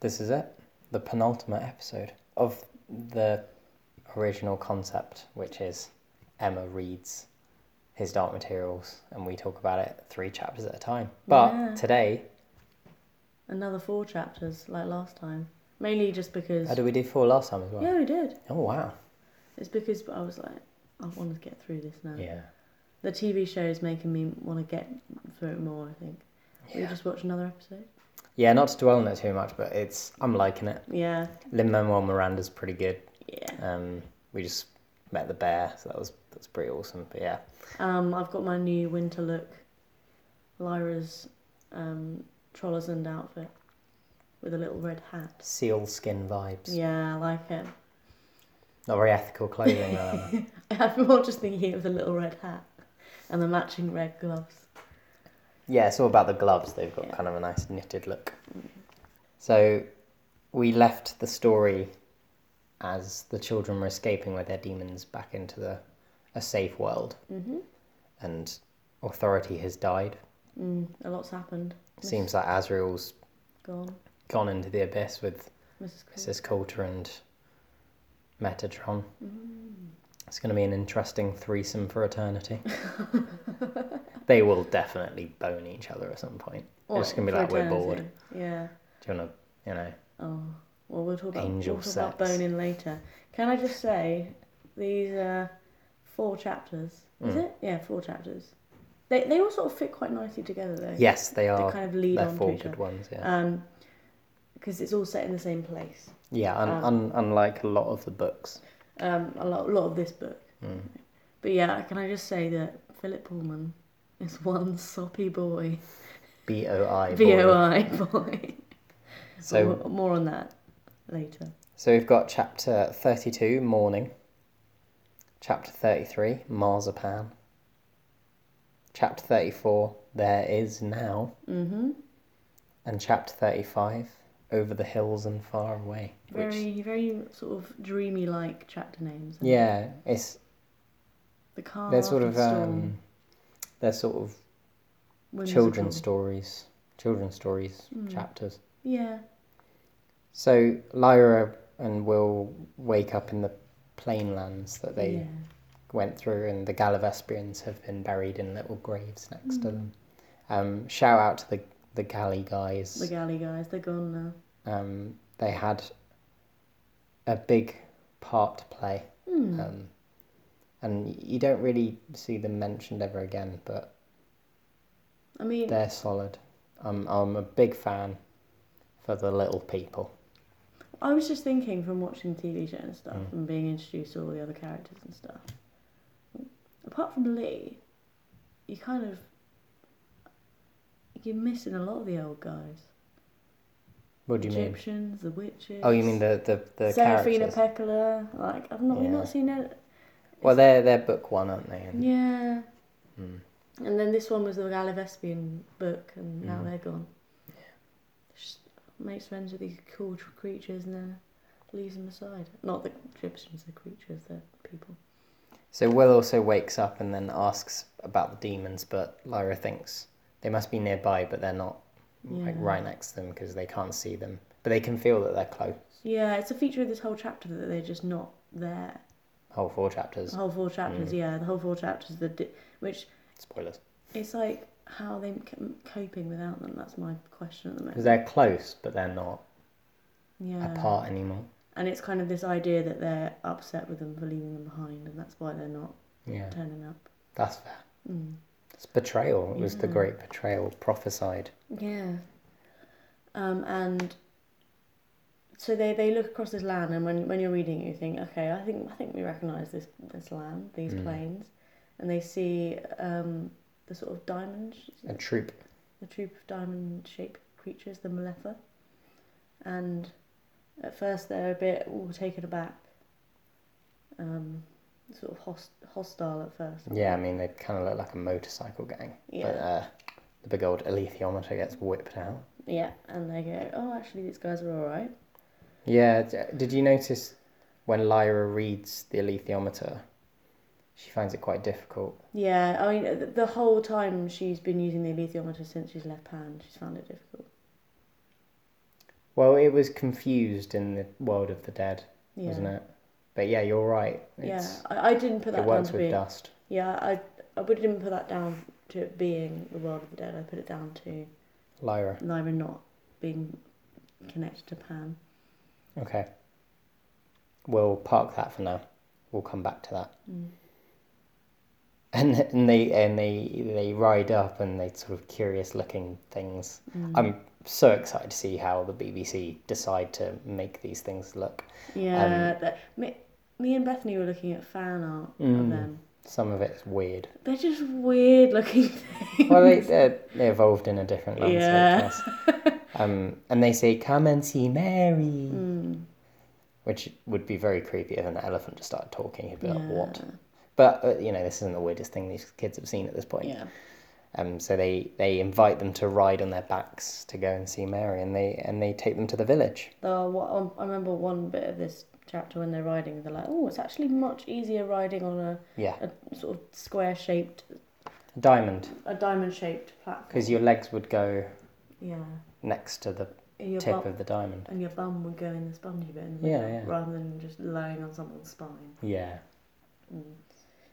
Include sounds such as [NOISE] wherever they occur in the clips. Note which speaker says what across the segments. Speaker 1: This is it, the penultimate episode of the original concept, which is Emma reads his Dark Materials and we talk about it three chapters at a time. But
Speaker 2: Yeah.
Speaker 1: today,
Speaker 2: Another four chapters like last time. Mainly just because.
Speaker 1: how did we do four last time as well?
Speaker 2: Yeah, we did.
Speaker 1: Oh, wow.
Speaker 2: It's because I was like, I want to get through this now.
Speaker 1: Yeah.
Speaker 2: The TV show is making me want to get through it more, I think. Will we
Speaker 1: Yeah.
Speaker 2: just watch another episode?
Speaker 1: Yeah, not to dwell on it too much, but it's, I'm liking it.
Speaker 2: Yeah.
Speaker 1: Lin Manuel Miranda's pretty good.
Speaker 2: Yeah.
Speaker 1: Um, we just met the bear, so that was that's pretty awesome. But yeah,
Speaker 2: Um, I've got my new winter look, Lyra's um, Trollesund outfit with a little red hat.
Speaker 1: seal skin vibes.
Speaker 2: Yeah, I like it. [LAUGHS]
Speaker 1: Not very ethical clothing. um,
Speaker 2: I'm more just thinking of the little red hat and the matching red gloves.
Speaker 1: yeah, it's all about the gloves. They've got
Speaker 2: Yeah.
Speaker 1: kind of a nice knitted look. So we left the story as the children were escaping with their demons back into the a safe world,
Speaker 2: Mm-hmm.
Speaker 1: and authority has died.
Speaker 2: Mm, a lot's happened.
Speaker 1: Seems like Azrael's
Speaker 2: Gone.
Speaker 1: gone into the abyss with
Speaker 2: Mrs. Cool.
Speaker 1: Mrs. Coulter and Metatron.
Speaker 2: Mm.
Speaker 1: It's going to be an interesting threesome for
Speaker 2: [LAUGHS]
Speaker 1: eternity. they will definitely bone each other at some point.
Speaker 2: Or
Speaker 1: just gonna be
Speaker 2: for
Speaker 1: like, we're bored.
Speaker 2: eternity. Yeah.
Speaker 1: Do you want to, you know?
Speaker 2: Oh. Well, we'll talk about,
Speaker 1: Angel
Speaker 2: we'll talk about
Speaker 1: sex.
Speaker 2: bone in later. Can I just say, these uh, four chapters. Is
Speaker 1: Mm.
Speaker 2: it? Yeah, four chapters. They, they all sort of fit quite nicely together, though.
Speaker 1: Yes, they
Speaker 2: They
Speaker 1: are.
Speaker 2: kind of lead
Speaker 1: They are
Speaker 2: on to
Speaker 1: four
Speaker 2: each
Speaker 1: good
Speaker 2: other.
Speaker 1: ones. Yeah.
Speaker 2: Um, because it's all set in the same place.
Speaker 1: yeah. Un-
Speaker 2: um,
Speaker 1: un- unlike a lot of the books.
Speaker 2: Um, a lot, a lot of this book.
Speaker 1: Mm.
Speaker 2: But yeah, can I just say that Philip Pullman is [LAUGHS] one soppy boy.
Speaker 1: B O
Speaker 2: [LAUGHS]
Speaker 1: I.
Speaker 2: VOI boy.
Speaker 1: So,
Speaker 2: More- more on that later.
Speaker 1: so we've got chapter thirty-two, morning. Chapter thirty-three, marzipan. Chapter thirty-four, there is now,
Speaker 2: Mm-hmm.
Speaker 1: and chapter thirty-five, over the hills and far away. Which,
Speaker 2: Very, very sort of dreamy like chapter names.
Speaker 1: yeah, it's
Speaker 2: The car.
Speaker 1: they're sort of
Speaker 2: the storm,
Speaker 1: um, they're sort of
Speaker 2: whimsical.
Speaker 1: children's stories, children's stories
Speaker 2: Mm.
Speaker 1: chapters.
Speaker 2: Yeah.
Speaker 1: So Lyra and Will wake up in the plain lands that they
Speaker 2: Yeah.
Speaker 1: went through, and the Galavespians have been buried in little graves next
Speaker 2: Mm.
Speaker 1: to them. Um, shout out to the the galley guys.
Speaker 2: The galley guys, they're gone now.
Speaker 1: um, they had a big part to play,
Speaker 2: Hmm.
Speaker 1: um, and you don't really see them mentioned ever again, but
Speaker 2: I mean,
Speaker 1: They're solid. I'm I'm a big fan for the little people.
Speaker 2: I was just thinking from watching the TV show and stuff
Speaker 1: Mm.
Speaker 2: and being introduced to all the other characters and stuff. Apart from Lee, you kind of. You're missing a lot of the old guys.
Speaker 1: What do you mean?
Speaker 2: Egyptians, the witches.
Speaker 1: Oh, you mean the the, the
Speaker 2: Serafina
Speaker 1: characters?
Speaker 2: Peccola. Like I've not we've
Speaker 1: Yeah.
Speaker 2: not seen it.
Speaker 1: well, they're they're book one, aren't they? And,
Speaker 2: Yeah.
Speaker 1: Mm.
Speaker 2: And then this one was the Galavespian book, and now
Speaker 1: Mhm.
Speaker 2: they're gone. She makes friends with these cool tr- creatures and then leaves them aside. Not the Egyptians, the creatures, the people.
Speaker 1: So Will also wakes up and then asks about the demons, but Lyra thinks they must be nearby, but they're not like
Speaker 2: Yeah.
Speaker 1: right next to them because they can't see them, but they can feel that they're close.
Speaker 2: Yeah, it's a feature of this whole chapter that they're just not there.
Speaker 1: Whole four
Speaker 2: The
Speaker 1: chapters.
Speaker 2: whole four chapters,
Speaker 1: Mm.
Speaker 2: yeah, the whole four chapters, the di- which
Speaker 1: Spoilers.
Speaker 2: it's like how are they c- coping without them? That's my question at the moment.
Speaker 1: Because they're close, but they're not
Speaker 2: Yeah.
Speaker 1: apart anymore.
Speaker 2: And it's kind of this idea that they're upset with them for leaving them behind, and that's why they're not
Speaker 1: Yeah,
Speaker 2: turning up.
Speaker 1: that's fair.
Speaker 2: Mm.
Speaker 1: It's betrayal. It was the
Speaker 2: Yeah.
Speaker 1: great betrayal prophesied.
Speaker 2: Yeah. Um, and so they, they look across this land, and when, when you're reading it, you think, okay, I think I think we recognise this this land, these
Speaker 1: Mm.
Speaker 2: plains, and they see um, the sort of diamond,
Speaker 1: A troop
Speaker 2: the troop of diamond shaped creatures, the Malefa. And at first they're a bit all taken aback, um, sort of host- hostile at first.
Speaker 1: Yeah, I mean they kind of look like a motorcycle gang. But
Speaker 2: Yeah.
Speaker 1: uh, the big old alethiometer gets whipped out.
Speaker 2: Yeah, and they go, oh, actually, these guys are alright.
Speaker 1: Yeah, d- did you notice when Lyra reads the alethiometer, she finds it quite difficult.
Speaker 2: Yeah, I mean, th- the whole time she's been using the alethiometer since she's left hand, she's found it difficult.
Speaker 1: Well, it was confused in the world of the dead,
Speaker 2: Yeah.
Speaker 1: wasn't it? But yeah, you're right.
Speaker 2: yeah,
Speaker 1: It's,
Speaker 2: I, I didn't put that down
Speaker 1: it works
Speaker 2: to
Speaker 1: with
Speaker 2: being.
Speaker 1: dust.
Speaker 2: Yeah, I I would didn't put that down to it being the world of the dead. I put it down to
Speaker 1: Lyra.
Speaker 2: Lyra not being connected to Pan.
Speaker 1: Okay. We'll park that for now. We'll come back to that.
Speaker 2: Mm.
Speaker 1: And and they and they they ride up and they sort of curious looking things.
Speaker 2: Mm.
Speaker 1: I'm so excited to see how the BBC decide to make these things look. Um,
Speaker 2: Yeah, but me, me and Bethany were looking at fan art
Speaker 1: mm.
Speaker 2: of them.
Speaker 1: Some of it's weird.
Speaker 2: They're just weird looking things. [LAUGHS]
Speaker 1: Well, they they're, they evolved in a different landscape.
Speaker 2: Yeah.
Speaker 1: Yes.
Speaker 2: [LAUGHS]
Speaker 1: Um, and they say, "Come and see Mary,"
Speaker 2: Mm.
Speaker 1: which would be very creepy if an elephant just started talking. He'd be like, "What?" But uh, you know, this isn't the weirdest thing these kids have seen at this point.
Speaker 2: Yeah.
Speaker 1: Um, so they, they invite them to ride on their backs to go and see Mary, and they and they take them to the village.
Speaker 2: The, what, I remember one bit of this chapter when they're riding, they're like, oh, it's actually much easier riding on a,
Speaker 1: Yeah,
Speaker 2: a sort of square shaped,
Speaker 1: diamond,
Speaker 2: a diamond shaped platform.
Speaker 1: because your legs would go
Speaker 2: Yeah.
Speaker 1: next to the
Speaker 2: And your,
Speaker 1: tip
Speaker 2: bum,
Speaker 1: of the diamond.
Speaker 2: and your bum would go in the spongy bit in the
Speaker 1: Yeah,
Speaker 2: middle,
Speaker 1: yeah.
Speaker 2: rather than just lying on someone's spine.
Speaker 1: Yeah. Mm.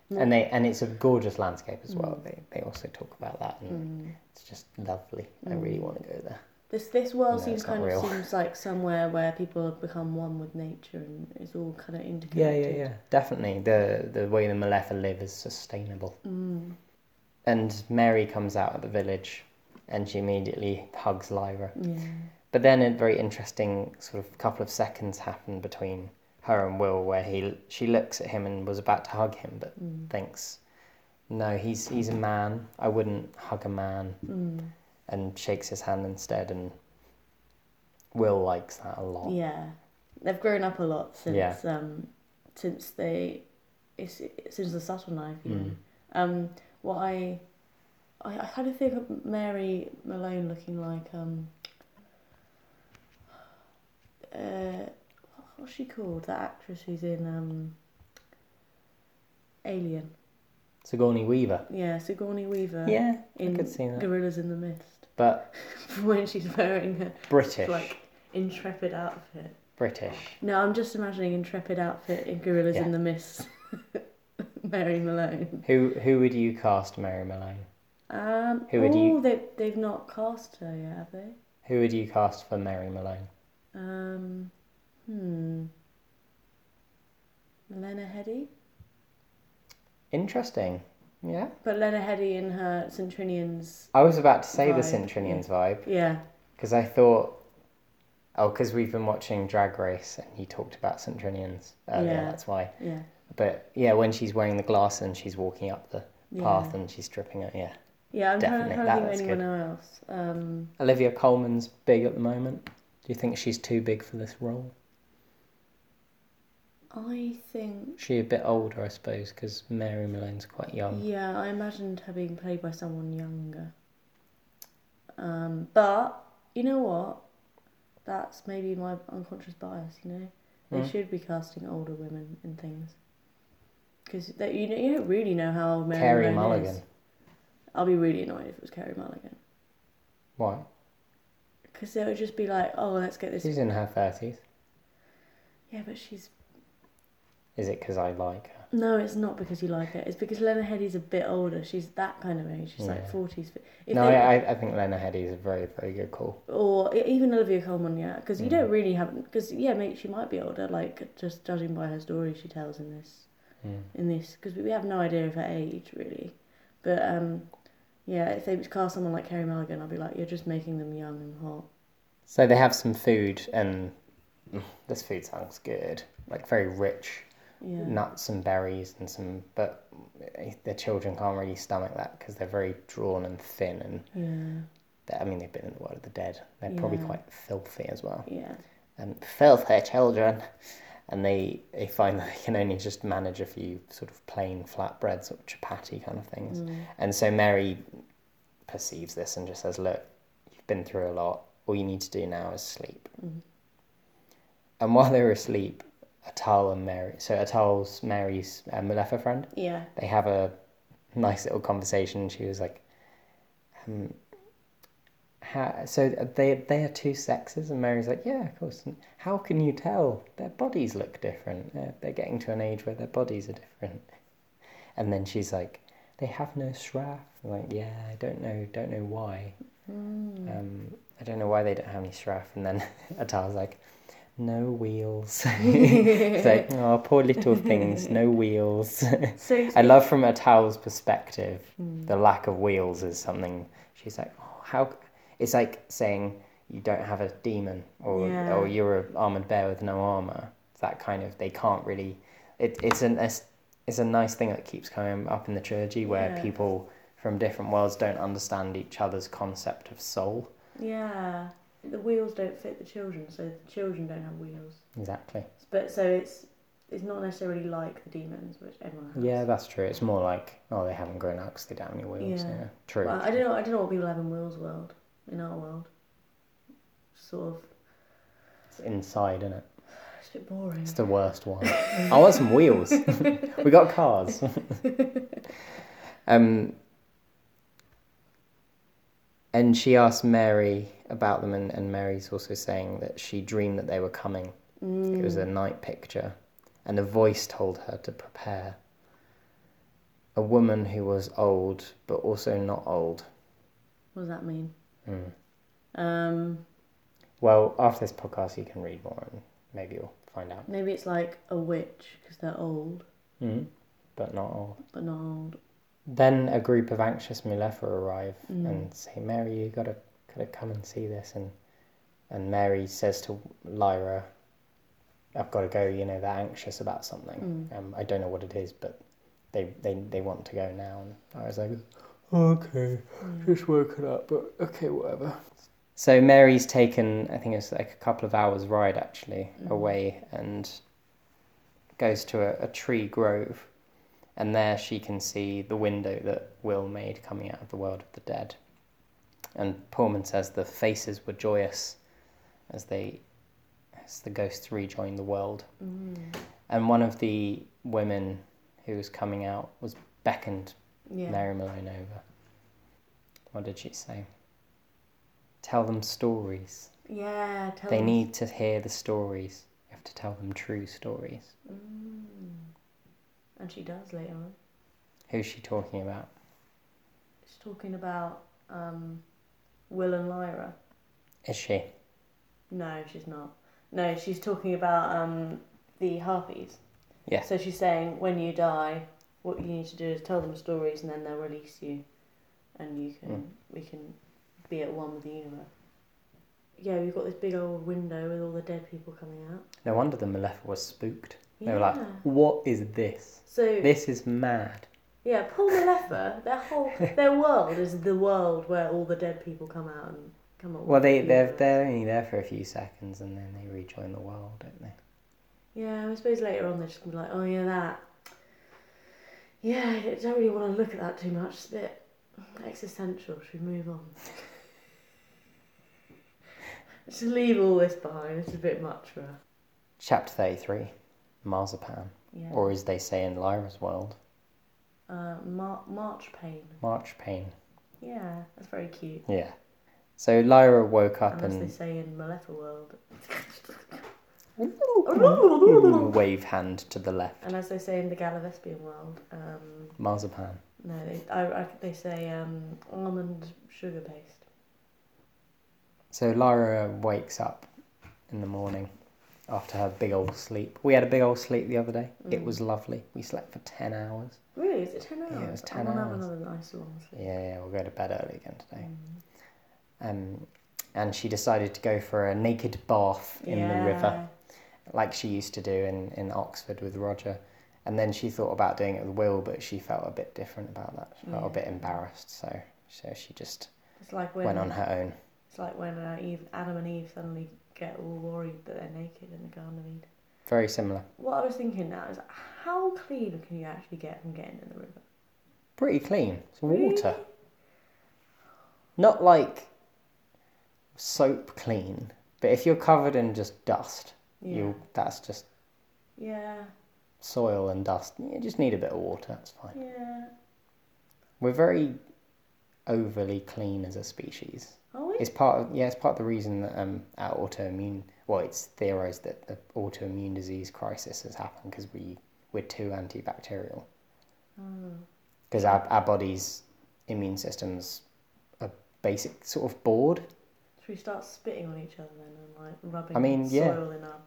Speaker 1: And they and it's a gorgeous landscape as well. They they also talk about that, and it's just lovely. I really want to go there.
Speaker 2: This this world
Speaker 1: No,
Speaker 2: seems
Speaker 1: it's not
Speaker 2: kind of
Speaker 1: real.
Speaker 2: seems like somewhere where people have become one with nature and it's all kind of
Speaker 1: Yeah,
Speaker 2: interconnected.
Speaker 1: yeah, yeah. Definitely, the the way the Malefa live is sustainable.
Speaker 2: Mm.
Speaker 1: And Mary comes out of the village, and she immediately hugs Lyra.
Speaker 2: Yeah.
Speaker 1: But then a very interesting sort of couple of seconds happened between her and Will, where he she looks at him and was about to hug him, but
Speaker 2: Mm.
Speaker 1: thinks, "No, he's he's a man. I wouldn't hug a man."
Speaker 2: Mm.
Speaker 1: And shakes his hand instead. And Will likes that a lot.
Speaker 2: Yeah. They've grown up a lot
Speaker 1: Yeah.
Speaker 2: since um since they it's, since the subtle knife, you
Speaker 1: Mm.
Speaker 2: know. Um what I I, I kind of think of Mary Malone looking like um uh what was she called? That actress who's in um Alien.
Speaker 1: Sigourney Weaver.
Speaker 2: Yeah, Sigourney Weaver.
Speaker 1: Yeah,
Speaker 2: Uh, in
Speaker 1: I could see that.
Speaker 2: Gorillas in the Mist [LAUGHS]
Speaker 1: But
Speaker 2: when she's wearing her
Speaker 1: British,
Speaker 2: like intrepid outfit.
Speaker 1: British.
Speaker 2: No, I'm just imagining intrepid outfit in Gorillas
Speaker 1: Yeah.
Speaker 2: in the Mist. [LAUGHS] Mary Malone.
Speaker 1: Who who would you cast Mary Malone?
Speaker 2: Um,
Speaker 1: Who would
Speaker 2: ooh,
Speaker 1: you-
Speaker 2: They, they've not cast her yet, have they?
Speaker 1: Who would you cast for Mary Malone?
Speaker 2: Um, hmm. Lena Headey,
Speaker 1: Interesting. Yeah,
Speaker 2: but Lena Headey in her Centurions.
Speaker 1: I was about to say the
Speaker 2: Vibe, yeah.
Speaker 1: Centrinians vibe.
Speaker 2: Yeah,
Speaker 1: Because I thought, oh, because we've been watching Drag Race and you talked about Centrinians earlier,
Speaker 2: Yeah.
Speaker 1: that's why.
Speaker 2: yeah,
Speaker 1: But yeah, when she's wearing the glass and she's walking up the
Speaker 2: Yeah.
Speaker 1: path and she's stripping it, yeah.
Speaker 2: yeah. I'm trying,
Speaker 1: Definitely,
Speaker 2: trying to
Speaker 1: that
Speaker 2: think of
Speaker 1: looks
Speaker 2: anyone else. Um,
Speaker 1: Olivia Coleman's big at the moment. Do you think she's too big for this role?
Speaker 2: I think
Speaker 1: She a bit older, I suppose, because Mary Malone's quite young.
Speaker 2: Yeah, I imagined her being played by someone younger. Um, but you know what? That's maybe my unconscious bias. You know, they
Speaker 1: Hmm.
Speaker 2: should be casting older women in things because you know you don't really know how old Mary
Speaker 1: Carey
Speaker 2: Malone
Speaker 1: Mulligan.
Speaker 2: is. I'll be really annoyed if it was Carrie Mulligan
Speaker 1: Why?
Speaker 2: because they would just be like, "Oh, let's get this."
Speaker 1: She's in her 30s.
Speaker 2: Yeah, but she's
Speaker 1: Is it because I like her?
Speaker 2: no. It's not because you like her. It's because Lena Headey's a bit older. She's that kind of age. She's like
Speaker 1: Yeah.
Speaker 2: forties.
Speaker 1: no, I, I, I think Lena Headey is a very, very good call.
Speaker 2: or e- even Olivia Colman, yeah, because you don't really have because yeah, mate, she might be older, like just judging by her story she tells in this, in this, because we we have no idea of her age really, but um, yeah, if they cast someone like Carrie Mulligan, I'd be like, you're just making them young and hot.
Speaker 1: So they have some food, and mm, this food sounds good. Like very rich
Speaker 2: Yeah,
Speaker 1: nuts and berries and some, but the children can't really stomach that because they're very drawn and thin, and
Speaker 2: yeah,
Speaker 1: they- I mean they've been in the world of the dead. They're probably
Speaker 2: Yeah.
Speaker 1: quite filthy as well.
Speaker 2: yeah,
Speaker 1: And filthy um, children, and they they find that they can only just manage a few sort of plain flatbreads or chapati kind of things. And so Mary perceives this and just says, "Look, you've been through a lot. All you need to do now is sleep." And while they were asleep, Atal and Mary, so Atal's Mary's uh, Malefa friend,
Speaker 2: yeah,
Speaker 1: they have a nice little conversation. She was like, um, How, so they they are two sexes, and Mary's like, yeah, of course. And how can you tell? Their bodies look different. They're, they're getting to an age where their bodies are different. And then she's like, they have no shraff. I'm like, yeah, I don't know, don't know why.
Speaker 2: Mm.
Speaker 1: Um, I don't know why they don't have any shraff. And then [LAUGHS] Atar's like, no wheels. [LAUGHS] it's like, oh, poor little things, no wheels.
Speaker 2: so
Speaker 1: I love from Atar's perspective
Speaker 2: Mm.
Speaker 1: the lack of wheels is something she's like oh how it's like saying you don't have a demon or
Speaker 2: Yeah.
Speaker 1: or you're an armored bear with no armor it's that kind of they can't really it, it's an it's, it's a nice thing that keeps coming up in the trilogy where
Speaker 2: Yeah.
Speaker 1: people from different worlds don't understand each other's concept of soul
Speaker 2: Yeah, the wheels don't fit the children, so the children don't have wheels.
Speaker 1: exactly
Speaker 2: But so it's it's not necessarily like the demons, which everyone has.
Speaker 1: yeah that's true it's more like oh they haven't grown up because they don't have any wheels
Speaker 2: Yeah.
Speaker 1: yeah, true
Speaker 2: Well, I don't know. I don't know what people have in Will's world, in our world. Sort of.
Speaker 1: it's inside isn't it
Speaker 2: It's a bit boring.
Speaker 1: It's the worst one. I want some wheels. [LAUGHS] we got cars. um, and she asked Mary about them, and, and Mary's also saying that she dreamed that they were coming. It was a night picture, and a voice told her to prepare. A woman who was old, but also not old.
Speaker 2: What does that mean?
Speaker 1: Mm.
Speaker 2: Um,
Speaker 1: Well, after this podcast, you can read more, and maybe you'll find out.
Speaker 2: maybe it's like a witch because they're old,
Speaker 1: Mm. But not old.
Speaker 2: but not old.
Speaker 1: Then a group of anxious Mulefa arrive
Speaker 2: Mm.
Speaker 1: and say, "Mary, you gotta gotta come and see this." And and Mary says to Lyra, "I've got to go. You know, they're anxious about something. Um, I don't know what it is, but they they they want to go now." And Lyra's like, "Okay, just woken up, but okay, whatever." So Mary's taken, I think it's like a couple of hours ride actually away, and goes to a, a tree grove and there she can see the window that Will made coming out of the world of the dead. And Pullman says the faces were joyous as they as the ghosts rejoined the world.
Speaker 2: Mm.
Speaker 1: And one of the women who was coming out was beckoned
Speaker 2: Yeah.
Speaker 1: Mary Malone over. What did she say? Tell them stories.
Speaker 2: Yeah. Tell
Speaker 1: they
Speaker 2: them-
Speaker 1: need to hear the stories. You have to tell them true stories.
Speaker 2: Mm. And she does later on.
Speaker 1: Who's she talking about?
Speaker 2: She's talking about um, Will and Lyra.
Speaker 1: Is she?
Speaker 2: No, she's not. No, she's talking about um, the harpies.
Speaker 1: Yeah.
Speaker 2: So she's saying when you die, what you need to do is tell them stories, and then they'll release you, and you
Speaker 1: Hmm.
Speaker 2: can we can be at one with the universe. Yeah, we've got this big old window with all the dead people coming out.
Speaker 1: No wonder the Malefa was spooked. They
Speaker 2: yeah.
Speaker 1: were like, "What is this?
Speaker 2: so
Speaker 1: This is mad."
Speaker 2: yeah, Paul Malefa, their whole their world is the world where all the dead people come out and come up.
Speaker 1: Well,
Speaker 2: with
Speaker 1: they
Speaker 2: the
Speaker 1: they're,
Speaker 2: universe.
Speaker 1: they're only there for a few seconds and then they rejoin the world, don't they?
Speaker 2: Yeah, I suppose later on they're just gonna be like, oh yeah, that. Yeah, I don't really want to look at that too much. It's a bit existential. Should we move on? [LAUGHS] just leave all this behind. It's a bit much for us.
Speaker 1: Chapter thirty-three, Marzipan,
Speaker 2: Yeah.
Speaker 1: or as they say in Lyra's world,
Speaker 2: uh, Mar- March pain.
Speaker 1: March Pain.
Speaker 2: Yeah, that's very cute.
Speaker 1: Yeah. So Lyra woke up
Speaker 2: Unless they
Speaker 1: and
Speaker 2: say in Malefa world. [LAUGHS]
Speaker 1: Ooh, [LAUGHS] wave hand to the left.
Speaker 2: and as they say in the Galavespian world, um,
Speaker 1: Marzipan.
Speaker 2: no, they, I, I, they say um, almond sugar paste.
Speaker 1: So Lyra wakes up in the morning after her big old sleep. We had a big old sleep the other day. It
Speaker 2: Mm.
Speaker 1: was lovely. We slept for ten hours.
Speaker 2: Really? Is it 10 hours?
Speaker 1: Yeah, it was 10
Speaker 2: I want to have
Speaker 1: hours.
Speaker 2: another nice long sleep.
Speaker 1: Yeah, yeah, we'll go to bed early again today.
Speaker 2: Mm.
Speaker 1: Um, and she decided to go for a naked bath in the river, like she used to do in, in Oxford with Roger. And then she thought about doing it with Will, but she felt a bit different about that. She felt a
Speaker 2: Yeah.
Speaker 1: bit embarrassed, so so she just
Speaker 2: It's like when
Speaker 1: went on her own.
Speaker 2: it's like when uh, Eve, Adam and Eve suddenly get all worried that they're naked in the Garden of Eden.
Speaker 1: Very similar,
Speaker 2: What I was thinking now is how clean can you actually get from getting in the river?
Speaker 1: pretty clean. It's water, not like soap clean, but if you're covered in just dust,
Speaker 2: Yeah.
Speaker 1: you that's just
Speaker 2: Yeah.
Speaker 1: soil and dust. You just need a bit of water. That's fine.
Speaker 2: Yeah.
Speaker 1: We're very overly clean as a species.
Speaker 2: Are we?
Speaker 1: It's part of yeah, it's part of the reason that um, our autoimmune well, it's theorized that the autoimmune disease crisis has happened because we we're too antibacterial
Speaker 2: Oh.
Speaker 1: because our our body's immune systems are basic sort of bored.
Speaker 2: Should we start spitting on each other then and like rubbing
Speaker 1: I mean, yeah.
Speaker 2: soil in our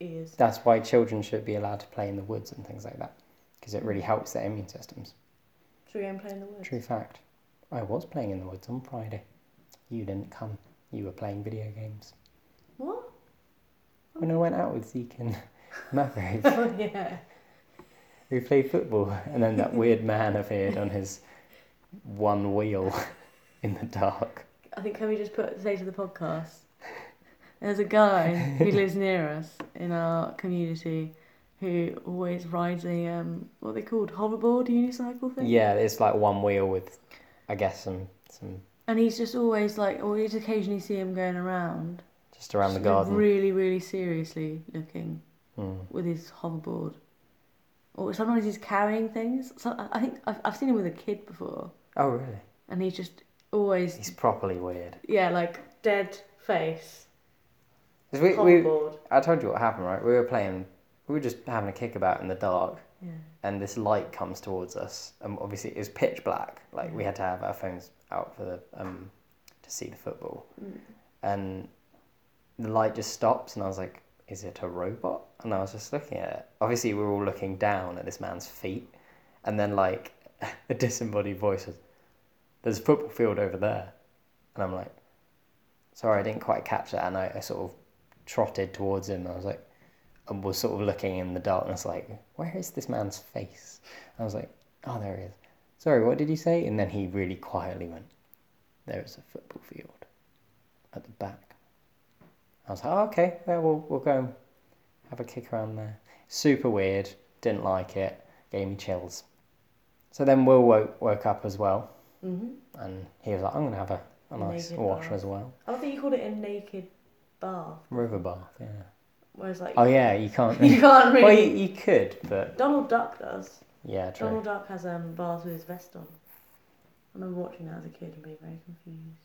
Speaker 2: ears?
Speaker 1: That's why children should be allowed to play in the woods and things like that because it really helps their immune systems.
Speaker 2: Should we go and play in the woods?
Speaker 1: True fact, I was playing in the woods on Friday. You didn't come. You were playing video games
Speaker 2: What? [LAUGHS]
Speaker 1: when I went out with Zeke and [LAUGHS] Maverick.
Speaker 2: Oh yeah.
Speaker 1: We played football, and then that weird man appeared on his one wheel [LAUGHS] in the dark.
Speaker 2: I think can we just put say to the podcast? There's a guy
Speaker 1: [LAUGHS]
Speaker 2: who lives near us in our community who always rides a um what are they called hoverboard unicycle thing.
Speaker 1: Yeah, it's like one wheel with, I guess, some some
Speaker 2: And he's just always like, or you just occasionally see him going around.
Speaker 1: just around the
Speaker 2: Just, like,
Speaker 1: garden.
Speaker 2: Really, really seriously looking
Speaker 1: Hmm.
Speaker 2: with his hoverboard. Or sometimes he's carrying things. So I- I think I've, I've seen him with a kid before,
Speaker 1: Oh, really?
Speaker 2: and he's just always
Speaker 1: He's properly weird.
Speaker 2: yeah, like dead face
Speaker 1: 'Cause we- we-
Speaker 2: hoverboard.
Speaker 1: I told you what happened, right? We were playing, we were just having a kickabout in the dark,
Speaker 2: Yeah.
Speaker 1: and this light comes towards us, and obviously it was pitch black. Like we had to have our phones out for the um, to see the football,
Speaker 2: Mm.
Speaker 1: and the light just stops and I was like, is it a robot? And I was just looking at it. Obviously we were all looking down at this man's feet and then like [LAUGHS] a disembodied voice says, There's a football field over there and I'm like sorry I didn't quite catch that and I, I sort of trotted towards him and I was like and was sort of looking in the darkness like, Where is this man's face? And I was like, Oh there he is. Sorry, what did you say? And then he really quietly went, There is a football field at the back. I was like, oh, okay, yeah, we'll, we'll go and have a kick around there. Super weird, didn't like it, gave me chills. So then Will woke, woke up as well,
Speaker 2: hmm
Speaker 1: and he was like, I'm going to have a, a nice
Speaker 2: Naked
Speaker 1: wash
Speaker 2: bath.
Speaker 1: as well.
Speaker 2: I don't think you called it a naked bath,
Speaker 1: River bath, yeah.
Speaker 2: whereas like
Speaker 1: Oh, yeah, you
Speaker 2: [LAUGHS]
Speaker 1: can't.
Speaker 2: you can't really.
Speaker 1: well, you, you could, but
Speaker 2: Donald Duck does.
Speaker 1: yeah, true.
Speaker 2: Donald Duck has um baths with his vest on. I remember watching that as a kid and being very confused.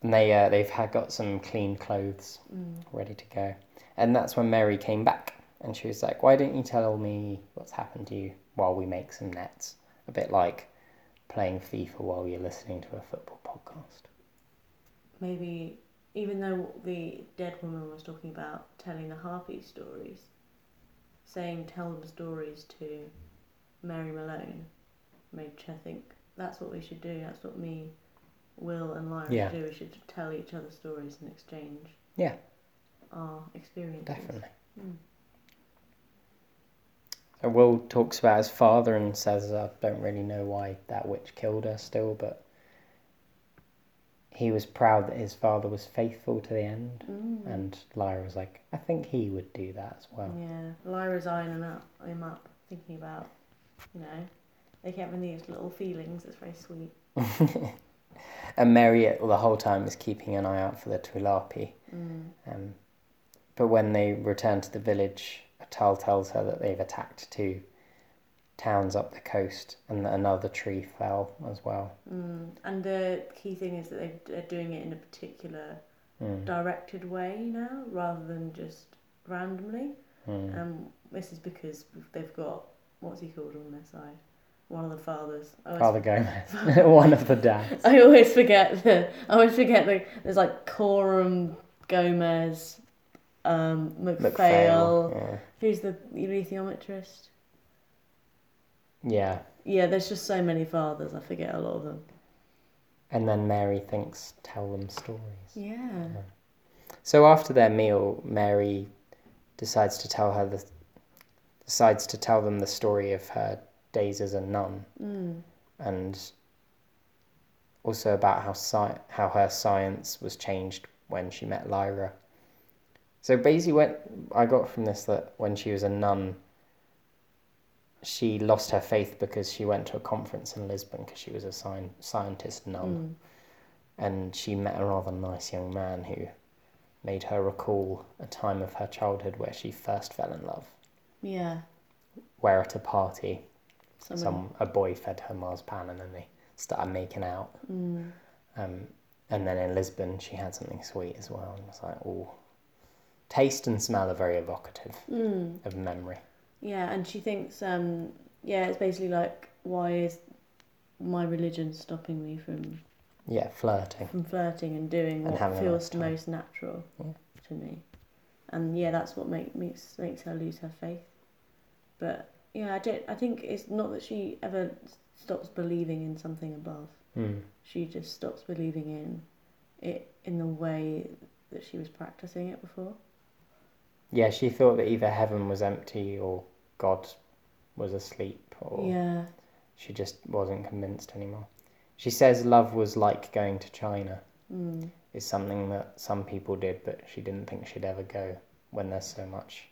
Speaker 1: And they, uh, they've had, got some clean clothes
Speaker 2: Mm.
Speaker 1: ready to go. And that's when Mary came back and she was like, Why didn't you tell me what's happened to you while we make some nets? A bit like playing FIFA while you're listening to a football podcast.
Speaker 2: maybe even though the dead woman was talking about telling the harpy stories, saying tell them stories to Mary Malone made Che think that's what we should do. That's what me, Will, and Lyra
Speaker 1: Yeah.
Speaker 2: should do. We should tell each other stories and exchange.
Speaker 1: Yeah.
Speaker 2: Our experiences.
Speaker 1: Definitely.
Speaker 2: Mm.
Speaker 1: And Will talks about his father and says, I don't really know why that witch killed her still, but he was proud that his father was faithful to the end.
Speaker 2: Mm.
Speaker 1: And Lyra was like, I think he would do that as well.
Speaker 2: Yeah, Lyra's ironing up him up, thinking about, you know, they kept having these little feelings. It's very sweet.
Speaker 1: And Mary, the whole time, is keeping an eye out for the Twilapi.
Speaker 2: Mm.
Speaker 1: Um, but when they return to the village, Atal tells her that they've attacked two towns up the coast and that another tree fell as well.
Speaker 2: Mm. And the key thing is that they- they're doing it in a particular
Speaker 1: Mm,
Speaker 2: directed way now, rather than just randomly.
Speaker 1: mm.
Speaker 2: Um, this is because they've got what's he called on their side, one of the fathers. I always,
Speaker 1: Father Gomez, [LAUGHS] one of the
Speaker 2: [LAUGHS]
Speaker 1: dads.
Speaker 2: I always forget the. I always forget the. There's like Coram Gomez, um, McPhail.
Speaker 1: MacPhail,
Speaker 2: Who's the ethiometrist?
Speaker 1: Yeah. yeah.
Speaker 2: Yeah, there's just so many fathers. I forget a lot of them.
Speaker 1: And then Mary thinks, tell them stories.
Speaker 2: Yeah.
Speaker 1: So after their meal, Mary decides to tell her the decides to tell them the story of her days as a nun
Speaker 2: Mm.
Speaker 1: and also about how sci- how her science was changed when she met Lyra. So basically, when I got from this that when she was a nun, she lost her faith because she went to a conference in Lisbon because she was a sci- scientist nun
Speaker 2: Mm.
Speaker 1: and she met a rather nice young man who made her recall a time of her childhood where she first fell in love,
Speaker 2: Yeah.
Speaker 1: where at a party
Speaker 2: Someone, Mm.
Speaker 1: some a boy fed her marzipan and then they started making out.
Speaker 2: Mm.
Speaker 1: Um, and then in Lisbon, she had something sweet as well. And it's like, oh, taste and smell are very evocative
Speaker 2: Mm.
Speaker 1: of memory.
Speaker 2: Yeah, and she thinks, um, yeah, it's basically like, why is my religion stopping me from,
Speaker 1: Yeah, flirting.
Speaker 2: from flirting and doing
Speaker 1: And
Speaker 2: what
Speaker 1: having a nice
Speaker 2: feels
Speaker 1: time.
Speaker 2: most natural
Speaker 1: Yeah.
Speaker 2: to me? And yeah, that's what make, makes makes her lose her faith. But yeah, I don't. I think it's not that she ever s- stops believing in something above.
Speaker 1: Mm.
Speaker 2: She just stops believing in it in the way that she was practicing it before.
Speaker 1: Yeah, she thought that either heaven was empty or God was asleep, or
Speaker 2: Yeah.
Speaker 1: she just wasn't convinced anymore. She says love was like going to China.
Speaker 2: Mm.
Speaker 1: It's something that some people did, but she didn't think she'd ever go when there's so much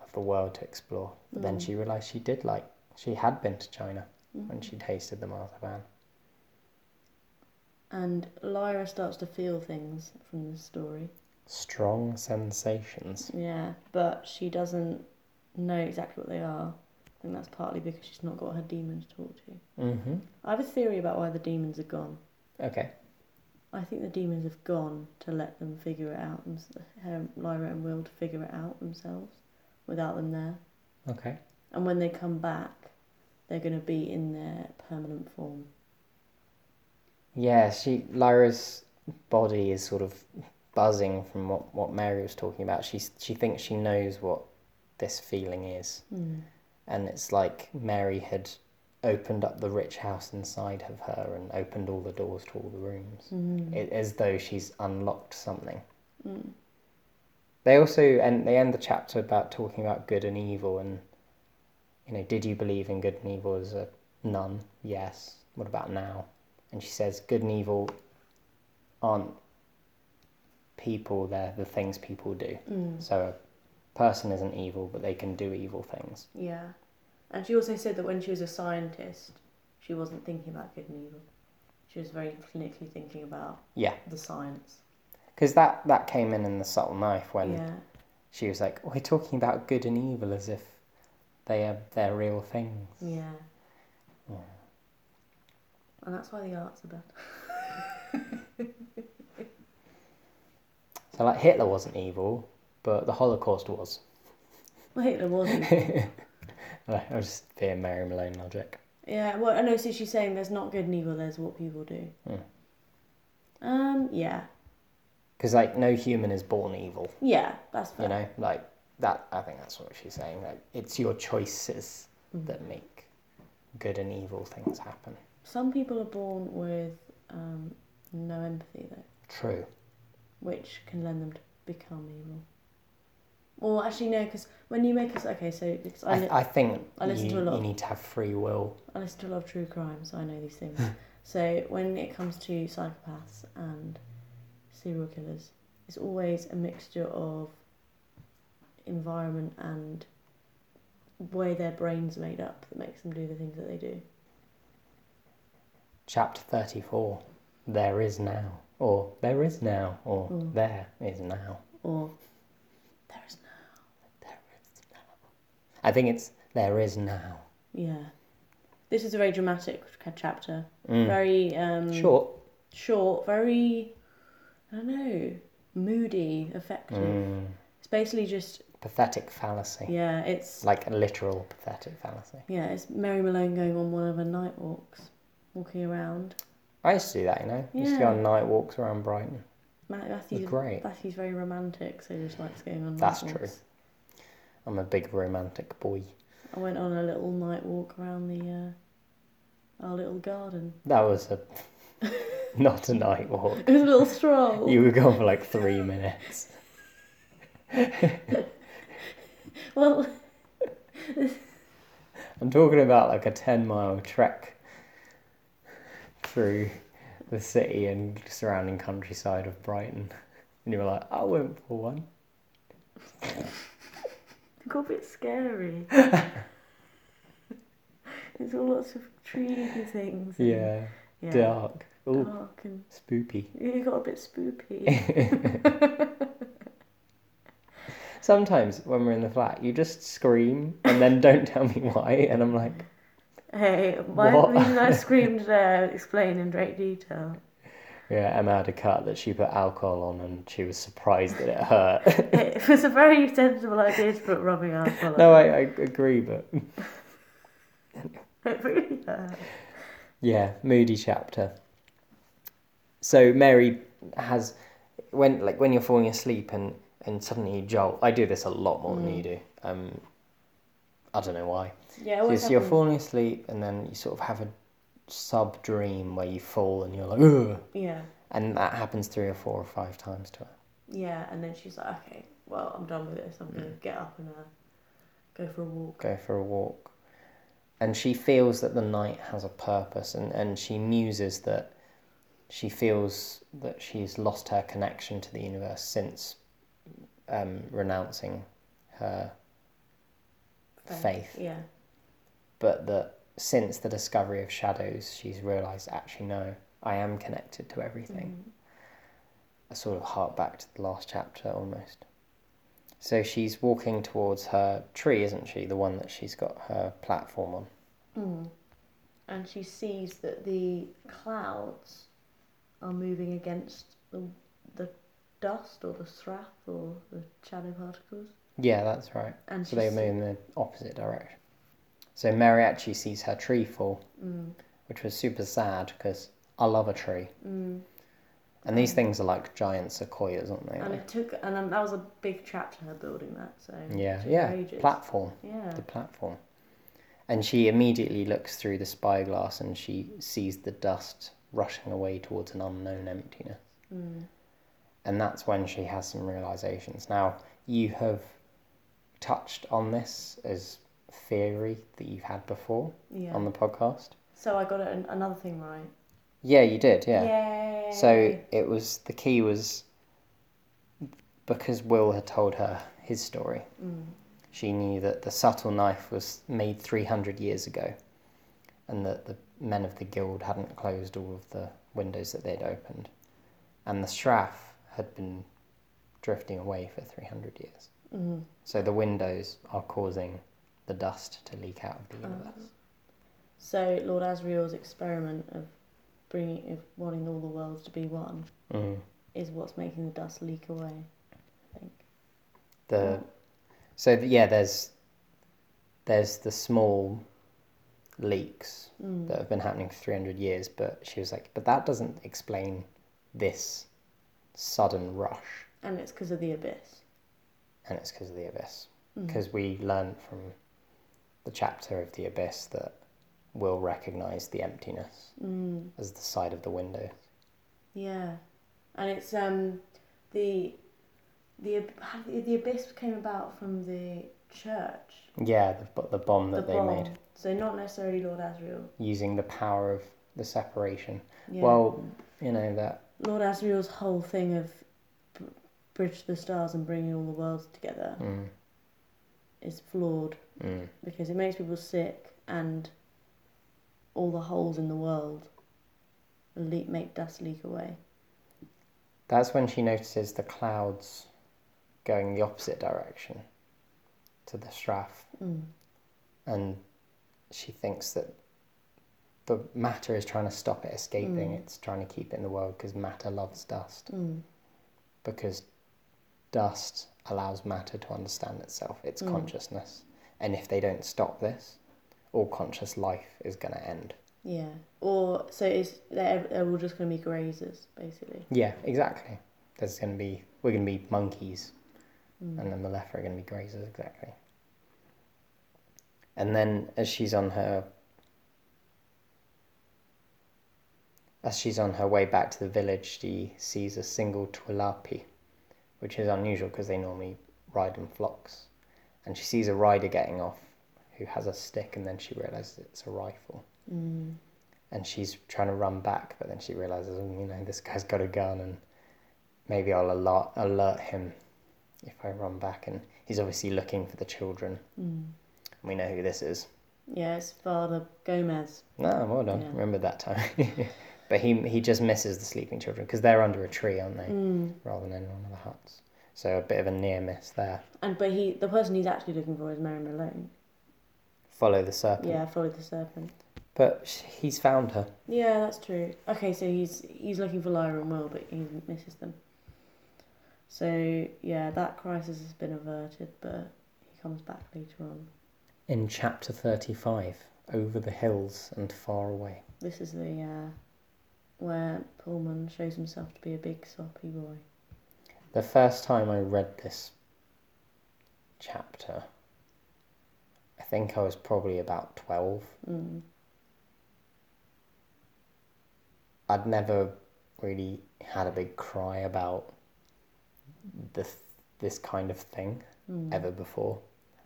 Speaker 1: of the world to explore. But then
Speaker 2: Mm.
Speaker 1: she realised she did like, she had been to China when
Speaker 2: Mhm.
Speaker 1: she tasted the marzipan.
Speaker 2: And Lyra starts to feel things from this story.
Speaker 1: Strong sensations.
Speaker 2: Yeah, but she doesn't know exactly what they are. And that's partly because she's not got her demon to talk to.
Speaker 1: hmm
Speaker 2: I have a theory about why the demons are gone.
Speaker 1: Okay.
Speaker 2: I think the demons have gone to let them figure it out, thems- her, Lyra and Will to figure it out themselves without them there.
Speaker 1: Okay.
Speaker 2: And when they come back, they're going to be in their permanent form.
Speaker 1: Yeah, she Lyra's body is sort of buzzing from what, what Mary was talking about. She she thinks she knows what this feeling is,
Speaker 2: Mm.
Speaker 1: and it's like Mary had opened up the rich house inside of her and opened all the doors to all the rooms,
Speaker 2: Mm.
Speaker 1: it, as though she's unlocked something.
Speaker 2: Mm.
Speaker 1: They also end they end the chapter about talking about good and evil and you know, did you believe in good and evil as a nun? Yes. What about now? And she says good and evil aren't people, they're the things people do.
Speaker 2: Mm.
Speaker 1: So a person isn't evil but they can do evil things.
Speaker 2: Yeah. And she also said that when she was a scientist, she wasn't thinking about good and evil. She was very clinically thinking about
Speaker 1: Yeah.
Speaker 2: the science.
Speaker 1: Because that, that came in in the subtle knife when
Speaker 2: yeah.
Speaker 1: she was like, we're talking about good and evil as if they are they're real things.
Speaker 2: Yeah.
Speaker 1: Yeah.
Speaker 2: Oh. And that's why the arts are [LAUGHS] bad.
Speaker 1: So like Hitler wasn't evil, but the Holocaust was. [LAUGHS]
Speaker 2: Well, Hitler wasn't.
Speaker 1: I was just being Mary Malone logic.
Speaker 2: yeah, well, I know, so she's saying there's not good and evil, there's what people do.
Speaker 1: Mm.
Speaker 2: Um, yeah.
Speaker 1: Because like no human is born evil,
Speaker 2: Yeah, that's fair.
Speaker 1: you know. Like that, I think that's what she's saying. Like it's your choices
Speaker 2: Mm.
Speaker 1: that make good and evil things happen.
Speaker 2: Some people are born with um, no empathy, though,
Speaker 1: True.
Speaker 2: which can lend them to become evil. Or actually, no, because when you make us. Okay, so. Because I,
Speaker 1: I,
Speaker 2: li-
Speaker 1: I think
Speaker 2: I listen
Speaker 1: you,
Speaker 2: to a lot.
Speaker 1: you need to have free will.
Speaker 2: I listen to a lot of true crime, so I know these
Speaker 1: [LAUGHS]
Speaker 2: things. so when it comes to psychopaths and serial killers, it's always a mixture of environment and way their brains made up that makes them do the things that they do.
Speaker 1: Chapter thirty-four. There is now, or there is now, or
Speaker 2: Mm.
Speaker 1: there is now.
Speaker 2: Or there is no
Speaker 1: There is now. I think it's there is now.
Speaker 2: yeah. This is a very dramatic ca- chapter.
Speaker 1: Mm.
Speaker 2: Very um,
Speaker 1: Short.
Speaker 2: short, very I don't know, moody, effective.
Speaker 1: Mm.
Speaker 2: It's basically just
Speaker 1: Pathetic fallacy.
Speaker 2: yeah, it's
Speaker 1: Like a literal pathetic fallacy.
Speaker 2: Yeah, it's Mary Malone going on one of her night walks, walking around.
Speaker 1: I used to do that, you know. Used to go
Speaker 2: Yeah.
Speaker 1: on night walks around Brighton.
Speaker 2: Ma-
Speaker 1: It was
Speaker 2: Matthew's,
Speaker 1: great.
Speaker 2: Matthew's very romantic, so he just likes going on night
Speaker 1: That's
Speaker 2: walks.
Speaker 1: true. I'm a big romantic boy.
Speaker 2: I went on a little night walk around the uh, our little garden. [LAUGHS]
Speaker 1: That was a [LAUGHS] not a night walk.
Speaker 2: It was a little stroll.
Speaker 1: You were gone for like three minutes.
Speaker 2: Well,
Speaker 1: I'm talking about like a ten mile trek through the city and surrounding countryside of Brighton. And you were like, I went for one.
Speaker 2: it got a bit
Speaker 1: [LAUGHS]
Speaker 2: scary. There's all lots of trees and things. and-
Speaker 1: Yeah.
Speaker 2: yeah. Oh.
Speaker 1: Dark. Ooh,
Speaker 2: Dark and
Speaker 1: spoopy.
Speaker 2: it got a bit spoopy.
Speaker 1: [LAUGHS] Sometimes when we're in the flat, you just scream and then don't tell me why, and I'm like,
Speaker 2: Hey, my the
Speaker 1: What?
Speaker 2: reason
Speaker 1: [LAUGHS]
Speaker 2: I screamed there, explained in great detail.
Speaker 1: Yeah, Emma had a cut that she put alcohol on and she was surprised that it hurt. [LAUGHS]
Speaker 2: It [LAUGHS] was a very sensible idea to put rubbing alcohol
Speaker 1: no,
Speaker 2: on.
Speaker 1: I, I agree, but
Speaker 2: [LAUGHS] It really hurt.
Speaker 1: yeah, moody chapter. So Mary has when like when you're falling asleep and and suddenly you jolt. I do this a lot more than
Speaker 2: Mm.
Speaker 1: you do. Um, I don't know why.
Speaker 2: Yeah,
Speaker 1: So
Speaker 2: it
Speaker 1: you're falling asleep and then you sort of have a sub dream where you fall and you're like, Ugh!
Speaker 2: Yeah,
Speaker 1: and that happens three or four or five times to her.
Speaker 2: yeah, and then she's like, okay, well, I'm done with this. I'm
Speaker 1: Mm.
Speaker 2: going to get up and uh, go for a walk.
Speaker 1: go for a walk. And she feels that the night has a purpose, and, and she muses that she feels that she's lost her connection to the universe since um, renouncing her faith.
Speaker 2: Yeah,
Speaker 1: But that since the discovery of shadows, she's realised actually, no, I am connected to everything
Speaker 2: Mm.
Speaker 1: a sort of hark back to the last chapter almost. So she's walking towards her tree, isn't she? The one that she's got her platform on.
Speaker 2: Mm. And she sees that the clouds are moving against the, the dust or the sraf or the shadow particles.
Speaker 1: Yeah, that's right.
Speaker 2: And
Speaker 1: So
Speaker 2: she
Speaker 1: they
Speaker 2: se-
Speaker 1: move in the opposite direction. So Mary actually sees her tree fall,
Speaker 2: Mm,
Speaker 1: which was super sad because I love a tree.
Speaker 2: mm.
Speaker 1: And these things are like giant sequoias, aren't they?
Speaker 2: And it took, and um, that was a big chapter her building that. So
Speaker 1: Like- yeah,
Speaker 2: it took
Speaker 1: yeah.
Speaker 2: ages.
Speaker 1: Platform,
Speaker 2: yeah,
Speaker 1: the platform. And she immediately looks through the spyglass and she sees the dust rushing away towards an unknown emptiness.
Speaker 2: mm,
Speaker 1: and that's when she has some realizations. Now, you have touched on this as theory that you've had before
Speaker 2: yeah.
Speaker 1: on the podcast.
Speaker 2: So I got an, another thing right.
Speaker 1: Yeah, you did. Yeah.
Speaker 2: Yay.
Speaker 1: So it was the key was because Will had told her his story.
Speaker 2: Mm.
Speaker 1: She knew that the subtle knife was made 300 years ago and that the men of the guild hadn't closed all of the windows that they'd opened. And the shraff had been drifting away for 300 years.
Speaker 2: Mm.
Speaker 1: So the windows are causing the dust to leak out of
Speaker 2: Oh,
Speaker 1: the universe.
Speaker 2: So Lord Asriel's experiment of bringing, of wanting all the worlds to be one,
Speaker 1: Mm.
Speaker 2: is what's making the dust leak away. I think.
Speaker 1: The so th- yeah, there's there's the small leaks
Speaker 2: Mm.
Speaker 1: that have been happening for 300 years, but she was like, but that doesn't explain this sudden rush,
Speaker 2: And it's because of the abyss.
Speaker 1: and it's because of the abyss.
Speaker 2: Mm.
Speaker 1: Because we learned from the chapter of the abyss that will recognize the emptiness
Speaker 2: Mm.
Speaker 1: as the side of the window.
Speaker 2: Yeah, and it's um the the ab- how the, the abyss came about from the church.
Speaker 1: Yeah, the, but the bomb that
Speaker 2: the
Speaker 1: they
Speaker 2: bomb.
Speaker 1: made.
Speaker 2: So not necessarily Lord Asriel.
Speaker 1: using the power of the separation.
Speaker 2: Yeah.
Speaker 1: Well, you know that.
Speaker 2: Lord Asriel's whole thing of br- bridge the stars and bringing all the worlds together
Speaker 1: Mm,
Speaker 2: is flawed
Speaker 1: mm,
Speaker 2: because it makes people sick and all the holes in the world leak make dust leak away.
Speaker 1: that's when she notices the clouds going the opposite direction to the Straff,
Speaker 2: Mm.
Speaker 1: and she thinks that the matter is trying to stop it escaping.
Speaker 2: Mm.
Speaker 1: It's trying to keep it in the world because matter loves dust.
Speaker 2: Mm.
Speaker 1: Because dust allows matter to understand itself, its
Speaker 2: Mm.
Speaker 1: consciousness. And if they don't stop this, all conscious life is going to end.
Speaker 2: Yeah. Or so it's they're, they're all just going to be grazers basically.
Speaker 1: Yeah, exactly. There's going to be we're going to be monkeys,
Speaker 2: Mm.
Speaker 1: and then the left are going to be grazers, exactly. And then as she's on her as she's on her way back to the village, she sees a single tualapi, which is unusual because they normally ride in flocks. And she sees a rider getting off who has a stick, and then she realizes it's a rifle.
Speaker 2: Mm.
Speaker 1: and she's trying to run back, but then she realizes, oh, you know, this guy's got a gun, and maybe I'll alert, alert him if I run back. And he's obviously looking for the children.
Speaker 2: Mm.
Speaker 1: We know who this is.
Speaker 2: Yeah, it's Father Gomez.
Speaker 1: No, well done.
Speaker 2: Yeah.
Speaker 1: Remember that time. [LAUGHS] but he he just misses the sleeping children because they're under a tree, aren't they?
Speaker 2: Mm.
Speaker 1: Rather than in one of the huts. So a bit of a near miss there.
Speaker 2: And but he, the person he's actually looking for is Mary Malone.
Speaker 1: Follow the serpent.
Speaker 2: Yeah, follow the serpent.
Speaker 1: But sh- he's found her.
Speaker 2: Yeah, that's true. Okay, so he's he's looking for Lyra and Will, but he misses them. So yeah, that crisis has been averted, but he comes back later on.
Speaker 1: In chapter 35, Over the Hills and Far Away.
Speaker 2: This is the uh, where Pullman shows himself to be a big soppy boy.
Speaker 1: The first time I read this chapter, I think I was probably about 12.
Speaker 2: Mm.
Speaker 1: I'd never really had a big cry about this, this kind of thing
Speaker 2: Mm.
Speaker 1: ever before.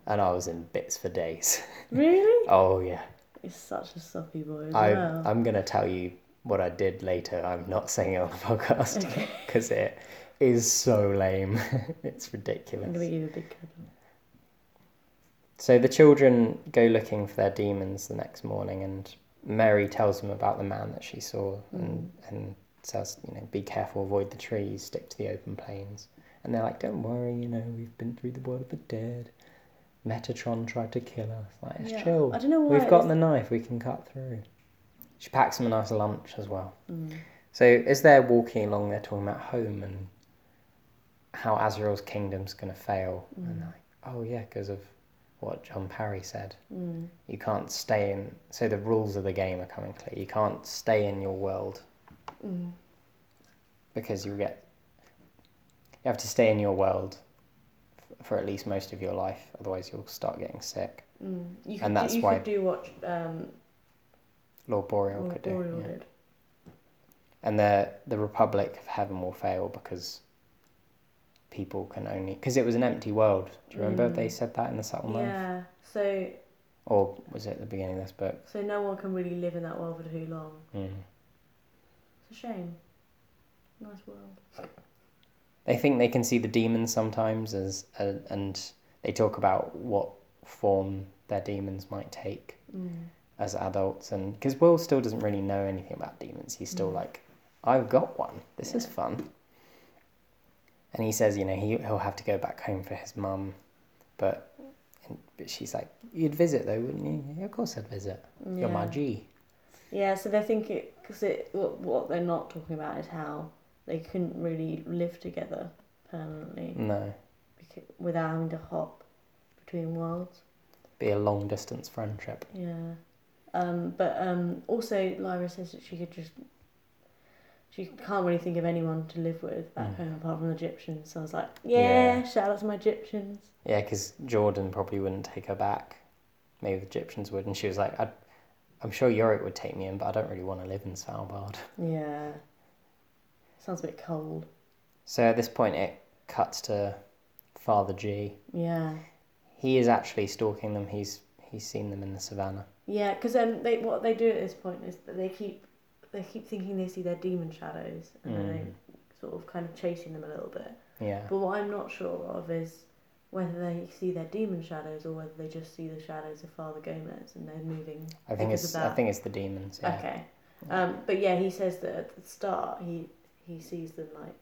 Speaker 1: And I was in bits for days. [LAUGHS]
Speaker 2: Really?
Speaker 1: oh, yeah.
Speaker 2: He's such a soppy boy as
Speaker 1: I,
Speaker 2: well.
Speaker 1: I'm going to tell you what I did later. I'm not saying it on the podcast [LAUGHS]
Speaker 2: Okay.
Speaker 1: because it is so lame. [LAUGHS] it's ridiculous.
Speaker 2: I'm gonna give you a big cuddle.
Speaker 1: So the children go looking for their demons the next morning, and Mary tells them about the man that she saw
Speaker 2: Hmm.
Speaker 1: and, and says, you know, be careful, avoid the trees, stick to the open plains. And they're like, don't worry, you know, we've been through the world of the dead. Metatron tried to kill us. Like, it's
Speaker 2: Yeah,
Speaker 1: chill.
Speaker 2: I don't know why
Speaker 1: We've got
Speaker 2: it's-
Speaker 1: the knife, we can cut through. She packs them a nice lunch as well.
Speaker 2: Mm.
Speaker 1: So as they're walking along, they're talking about home and how Azrael's kingdom's going to fail. And they're like, oh yeah, because of what John Parry said.
Speaker 2: Mm.
Speaker 1: You can't stay in. So the rules of the game are coming clear. You can't stay in your world
Speaker 2: Mm.
Speaker 1: because you get. You have to stay in your world f- for at least most of your life. Otherwise, you'll start getting sick.
Speaker 2: Mm. You could
Speaker 1: And that's
Speaker 2: do, you
Speaker 1: why-
Speaker 2: could do what um,
Speaker 1: Lord Boreal
Speaker 2: Or-
Speaker 1: could do.
Speaker 2: Oriole
Speaker 1: yeah.
Speaker 2: did.
Speaker 1: and the the Republic of Heaven will fail because people can only because it was an empty world. Do you remember
Speaker 2: Mm.
Speaker 1: they said that in the settlement?
Speaker 2: Yeah. So
Speaker 1: Or was it at the beginning of this book?
Speaker 2: so no one can really live in that world for too long.
Speaker 1: Mm.
Speaker 2: It's a shame. Nice world.
Speaker 1: They think they can see the demons sometimes, as uh, and they talk about what form their demons might take
Speaker 2: Mm.
Speaker 1: as adults, and because Will still doesn't really know anything about demons, he's still like, "I've got one. This is
Speaker 2: Mm. Yeah.
Speaker 1: fun." And he says, you know, he he'll have to go back home for his mum, but and, but she's like, "You'd visit though, wouldn't you?" "Yeah, of course, I'd visit. You're my
Speaker 2: Yeah.
Speaker 1: G."
Speaker 2: Yeah, so they think it because it what, what they're not talking about is how they couldn't really live together permanently
Speaker 1: No,
Speaker 2: becau- without having to hop between worlds.
Speaker 1: be a long distance friendship.
Speaker 2: Yeah, um, but um, also Lyra says that she could just she can't really think of anyone to live with back
Speaker 1: Mm.
Speaker 2: home apart from Egyptians. So I was like, yeah,
Speaker 1: Yeah.
Speaker 2: shout out to my Egyptians.
Speaker 1: Yeah, because Jordan probably wouldn't take her back. Maybe the Egyptians would, and she was like, I'd, "I'm sure Yorick would take me in, but I don't really want to live in Svalbard." [LAUGHS]
Speaker 2: Yeah, sounds a bit cold.
Speaker 1: So at this point, it cuts to Father G.
Speaker 2: Yeah.
Speaker 1: He is actually stalking them. He's he's seen them in the savannah.
Speaker 2: Yeah, because um, they what they do at this point is that they keep they keep thinking they see their demon shadows, and then
Speaker 1: Mm.
Speaker 2: they sort of kind of chasing them a little bit.
Speaker 1: Yeah.
Speaker 2: But what I'm not sure of is whether they see their demon shadows or whether they just see the shadows of Father Gomez and they're moving.
Speaker 1: I think
Speaker 2: because
Speaker 1: it's
Speaker 2: of
Speaker 1: I
Speaker 2: that.
Speaker 1: think it's the demons. Yeah.
Speaker 2: Okay, um, but yeah, he says that at the start he he sees them like.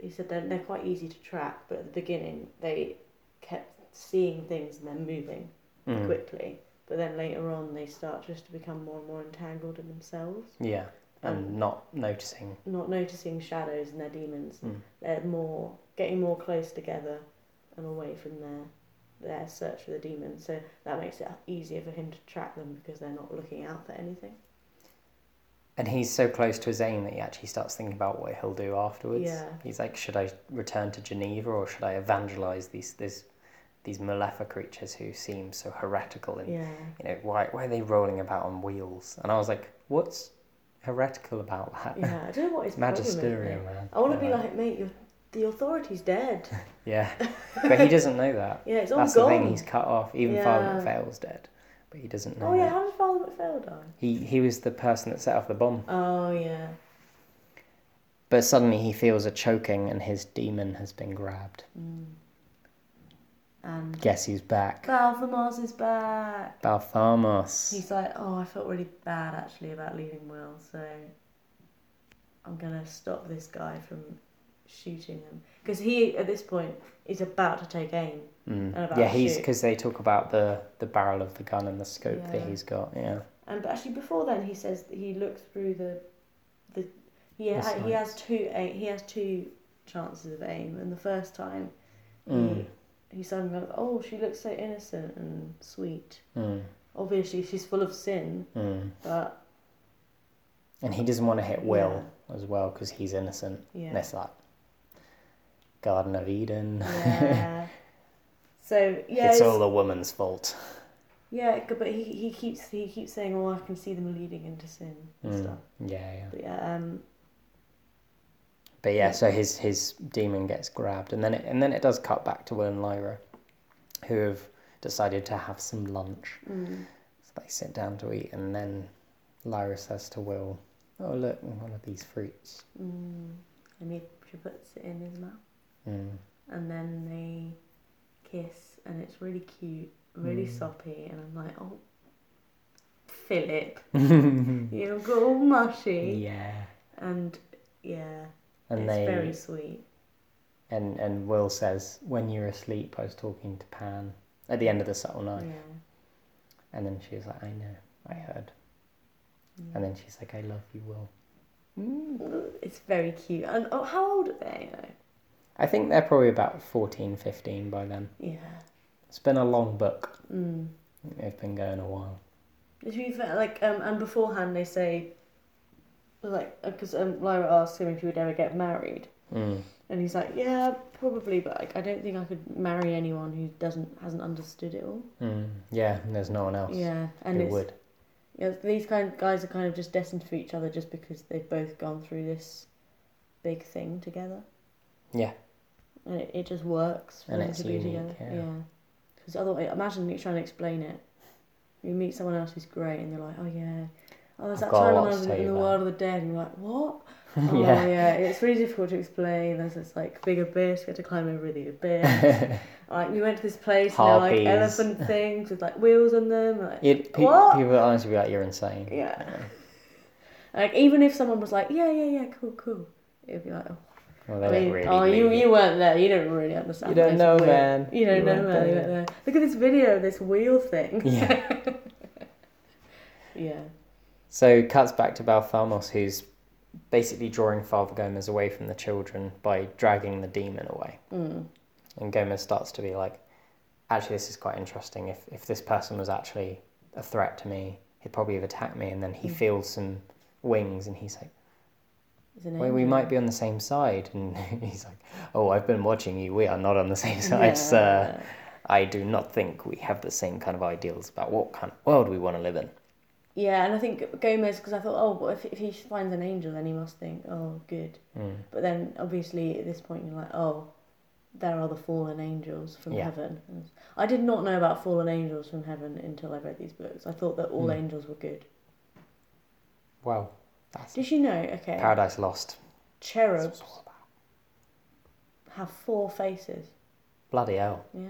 Speaker 2: He said they're, they're quite easy to track, but at the beginning they kept seeing things and then moving
Speaker 1: Mm.
Speaker 2: quickly. But then later on, they start just to become more and more entangled in themselves,
Speaker 1: Yeah. And
Speaker 2: Um,
Speaker 1: not noticing.
Speaker 2: not noticing shadows and their demons.
Speaker 1: Mm.
Speaker 2: They're more getting more close together and away from their their search for the demons. So that makes it easier for him to track them because they're not looking out for anything.
Speaker 1: And he's so close to his aim that he actually starts thinking about what he'll do afterwards.
Speaker 2: Yeah.
Speaker 1: He's like, should I return to Geneva or should I evangelize these these these Malefa creatures who seem so heretical and
Speaker 2: Yeah,
Speaker 1: you know why why are they rolling about on wheels? And I was like, what's heretical about that? [LAUGHS]
Speaker 2: yeah. I don't know what his problem is.
Speaker 1: Magisterium,
Speaker 2: mate.
Speaker 1: man.
Speaker 2: I want to
Speaker 1: They're
Speaker 2: be
Speaker 1: like-
Speaker 2: like, mate, you're, the authority's dead. [LAUGHS]
Speaker 1: Yeah, but he doesn't know that.
Speaker 2: Yeah, it's all
Speaker 1: That's
Speaker 2: gone.
Speaker 1: the thing. He's cut off. Even Father
Speaker 2: Yeah.
Speaker 1: MacPhail's dead, but he doesn't know.
Speaker 2: oh yeah,
Speaker 1: that.
Speaker 2: how did Father MacPhail die?
Speaker 1: He he was the person that set off the bomb.
Speaker 2: Oh yeah.
Speaker 1: But suddenly he feels a choking, and his demon has been grabbed.
Speaker 2: Mm. And
Speaker 1: Guess who's back?
Speaker 2: Balthamars is back.
Speaker 1: Balthamos.
Speaker 2: He's like, oh, I felt really bad actually about leaving Will, so I'm gonna stop this guy from shooting them because he at this point is about to take aim.
Speaker 1: Mm.
Speaker 2: And about
Speaker 1: Yeah, he's
Speaker 2: shoot.
Speaker 1: because they talk about the the barrel of the gun and the scope
Speaker 2: Yeah.
Speaker 1: that he's got. Yeah,
Speaker 2: And but actually, before then, he says that he looks through the, the, he,
Speaker 1: The
Speaker 2: ha- he has two aim, he has two chances of aim, and the first time,
Speaker 1: Mm.
Speaker 2: he, he suddenly goes, oh, she looks so innocent and sweet.
Speaker 1: mm.
Speaker 2: Obviously, she's full of sin,
Speaker 1: Mm. [LAUGHS]
Speaker 2: but
Speaker 1: and he doesn't want to hit Will as well because he's innocent.
Speaker 2: yeah,
Speaker 1: And it's like Garden of Eden.
Speaker 2: yeah. so yeah,
Speaker 1: it's,
Speaker 2: it's-
Speaker 1: all the woman's fault.
Speaker 2: yeah, c- but he, he keeps he keeps saying, oh, I can see them leading into sin and
Speaker 1: Mm.
Speaker 2: stuff.
Speaker 1: Yeah, yeah.
Speaker 2: But yeah, um,
Speaker 1: But yeah, so his his demon gets grabbed, and then it, and then it does cut back to Will and Lyra, who have decided to have some lunch.
Speaker 2: mm,
Speaker 1: So they sit down to eat, and then Lyra says to Will, "Oh look, one of these fruits."
Speaker 2: mm, and he, she puts it in his mouth. [LAUGHS]
Speaker 1: Mm. [LAUGHS]
Speaker 2: and then they kiss and it's really cute really
Speaker 1: Mm.
Speaker 2: soppy and i'm like oh philip
Speaker 1: yeah.
Speaker 2: you got all mushy and yeah
Speaker 1: And
Speaker 2: it's
Speaker 1: they
Speaker 2: very sweet
Speaker 1: and and Will says, "When you're asleep, I was talking to Pan at the end of the subtle night,"
Speaker 2: yeah
Speaker 1: and then she was like, "I know, I heard,"
Speaker 2: Mm.
Speaker 1: and then she's like, "I love you, Will."
Speaker 2: it's very cute and oh how old are they though
Speaker 1: I think they're probably about 14, 15 by then.
Speaker 2: yeah
Speaker 1: It's been a long book.
Speaker 2: mm.
Speaker 1: It's been going a while.
Speaker 2: If you fe- like um and beforehand they say like because um, lyra asked him if he would ever get married
Speaker 1: Mm.
Speaker 2: and he's like yeah probably but like, i don't think i could marry anyone who doesn't hasn't understood it all
Speaker 1: Mm. Yeah, and there's no one else
Speaker 2: Yeah, and
Speaker 1: who
Speaker 2: it's,
Speaker 1: would.
Speaker 2: yeah, these kind guys are kind of just destined for each other just because they've both gone through this big thing together.
Speaker 1: Yeah.
Speaker 2: And it, it just works for
Speaker 1: And
Speaker 2: them
Speaker 1: it's
Speaker 2: to be
Speaker 1: unique,
Speaker 2: together.
Speaker 1: yeah.
Speaker 2: Because otherwise, imagine you trying to explain it. You meet someone else who's great, and they're like, "Oh yeah, oh, there's that
Speaker 1: I've got a
Speaker 2: time
Speaker 1: lot
Speaker 2: when I
Speaker 1: to
Speaker 2: was in,
Speaker 1: tell you
Speaker 2: in the
Speaker 1: about."
Speaker 2: world of the dead," and you're like, "What?"
Speaker 1: [LAUGHS]
Speaker 2: Oh
Speaker 1: yeah.
Speaker 2: yeah. it's really difficult to explain. There's this like big abyss. We had to climb over the abyss.
Speaker 1: [LAUGHS]
Speaker 2: like we went to this place, and they're like
Speaker 1: Harpies.
Speaker 2: elephant things with like wheels on them. Like,
Speaker 1: It, pe-
Speaker 2: What?
Speaker 1: People honestly be like, you're insane.
Speaker 2: Yeah. Like even if someone was like, yeah, yeah, yeah, cool, cool, it'd be like, oh,
Speaker 1: Well, they
Speaker 2: I
Speaker 1: don't
Speaker 2: mean,
Speaker 1: really
Speaker 2: oh you,
Speaker 1: believe
Speaker 2: you weren't there. You don't really understand.
Speaker 1: You don't
Speaker 2: this
Speaker 1: know,
Speaker 2: wheel.
Speaker 1: man.
Speaker 2: You don't
Speaker 1: You
Speaker 2: know,
Speaker 1: weren't
Speaker 2: man. You
Speaker 1: there."
Speaker 2: weren't there. Look at this video of this wheel thing.
Speaker 1: Yeah.
Speaker 2: [LAUGHS] yeah.
Speaker 1: So it cuts back to Balthalmos, who's basically drawing Father Gomez away from the children by dragging the demon away.
Speaker 2: Mm.
Speaker 1: And Gomez starts to be like, actually, this is quite interesting. If, if this person was actually a threat to me, he'd probably have attacked me. And then he
Speaker 2: Mm.
Speaker 1: feels some wings and he's like,
Speaker 2: It's an
Speaker 1: well, we
Speaker 2: angel.
Speaker 1: might be on the same side. And [LAUGHS] he's like, oh, I've been watching you. We are not on the same side,
Speaker 2: Yeah.
Speaker 1: sir. I do not think we have the same kind of ideals about what kind of world we want to live in.
Speaker 2: Yeah, and I think Gomez because I thought, oh, well, if if he finds an angel, then he must think, oh, good.
Speaker 1: Mm.
Speaker 2: But then obviously at this point you're like, oh, there are the fallen angels from
Speaker 1: Yeah.
Speaker 2: heaven. I did not know about fallen angels from heaven until I read these books. I thought that all
Speaker 1: Hmm.
Speaker 2: angels were good.
Speaker 1: Well, that's
Speaker 2: Did you know? Okay,
Speaker 1: [LAUGHS] Paradise Lost.
Speaker 2: cherubs have four faces.
Speaker 1: Bloody hell.
Speaker 2: Yeah,